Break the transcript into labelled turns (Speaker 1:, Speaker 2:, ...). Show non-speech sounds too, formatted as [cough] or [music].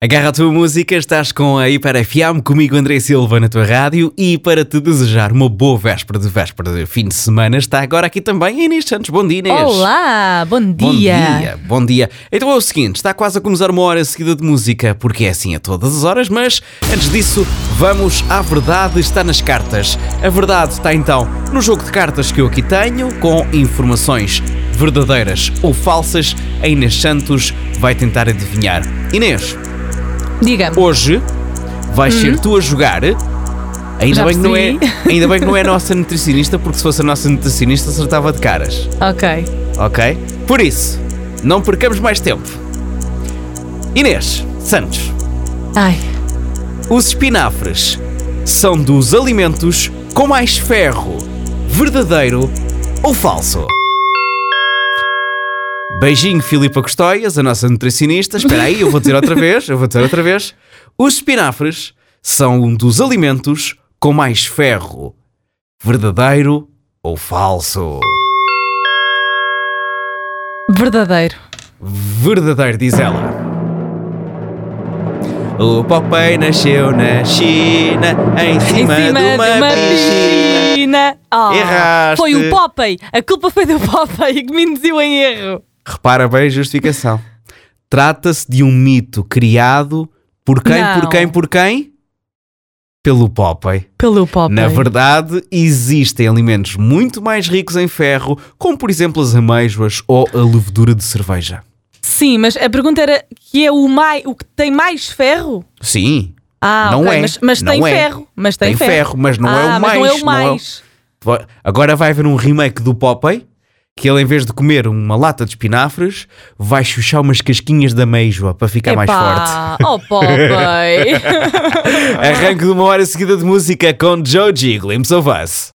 Speaker 1: Agarra a tua música, estás com a Hiper FM, comigo André Silva na tua rádio e para te desejar uma boa véspera de véspera de fim de semana está agora aqui também Inês Santos. Bom dia Inês!
Speaker 2: Olá, bom dia.
Speaker 1: Bom dia, bom dia. Então é o seguinte, está quase a começar uma hora seguida de música, porque é assim a todas as horas, mas antes disso, vamos à verdade está nas cartas. A verdade está então no jogo de cartas que eu aqui tenho, com informações verdadeiras ou falsas, a Inês Santos vai tentar adivinhar. Inês,
Speaker 2: Diga.
Speaker 1: Hoje vais ser tu a jogar. Ainda
Speaker 2: Uhum. Já
Speaker 1: bem, que não é, [laughs]
Speaker 2: percebi.
Speaker 1: ainda bem que não é a
Speaker 2: [laughs]
Speaker 1: nossa nutricionista, porque se fosse a nossa nutricionista acertava de caras,
Speaker 2: Ok.
Speaker 1: ok? Por isso, não percamos mais tempo. Inês Santos,
Speaker 2: Ai,
Speaker 1: os espinafres são dos alimentos com mais ferro, verdadeiro ou falso? Beijinho, Filipa Custóias, a nossa nutricionista. Espera aí, eu vou dizer outra vez, eu vou dizer outra vez. Os espinafres são um dos alimentos com mais ferro, verdadeiro ou falso?
Speaker 2: verdadeiro.
Speaker 1: verdadeiro, diz ela. O Popeye nasceu na China, em cima, de uma, piscina.
Speaker 2: piscina. Oh,
Speaker 1: Erraste.
Speaker 2: Foi o Popeye. A culpa foi do Popeye que me induziu em erro.
Speaker 1: Repara bem a justificação. Trata-se de um mito criado por quem, por
Speaker 2: Não.
Speaker 1: quem, por quem? Pelo Popeye.
Speaker 2: Pelo Popeye.
Speaker 1: Na verdade, existem alimentos muito mais ricos em ferro, como por exemplo as amêijoas ou a levedura de cerveja.
Speaker 2: Sim, mas a pergunta era que é o, mai, o que tem mais ferro?
Speaker 1: Sim,
Speaker 2: Ah,
Speaker 1: Não
Speaker 2: ok,
Speaker 1: é,
Speaker 2: Mas, mas
Speaker 1: não
Speaker 2: tem
Speaker 1: é.
Speaker 2: ferro. Mas tem,
Speaker 1: tem, ferro, mas não é
Speaker 2: Ah,
Speaker 1: o
Speaker 2: mas
Speaker 1: mais.
Speaker 2: não é o
Speaker 1: não é o-
Speaker 2: mais.
Speaker 1: Va- Agora vai haver um remake do Popeye que ele, em vez de comer uma lata de espinafres, vai chuchar umas casquinhas da ameijoa para ficar é mais forte.
Speaker 2: Epá, Oh, Popeye.
Speaker 1: [laughs] Arranque de uma hora seguida de música com Joe G. Glimpse of Us.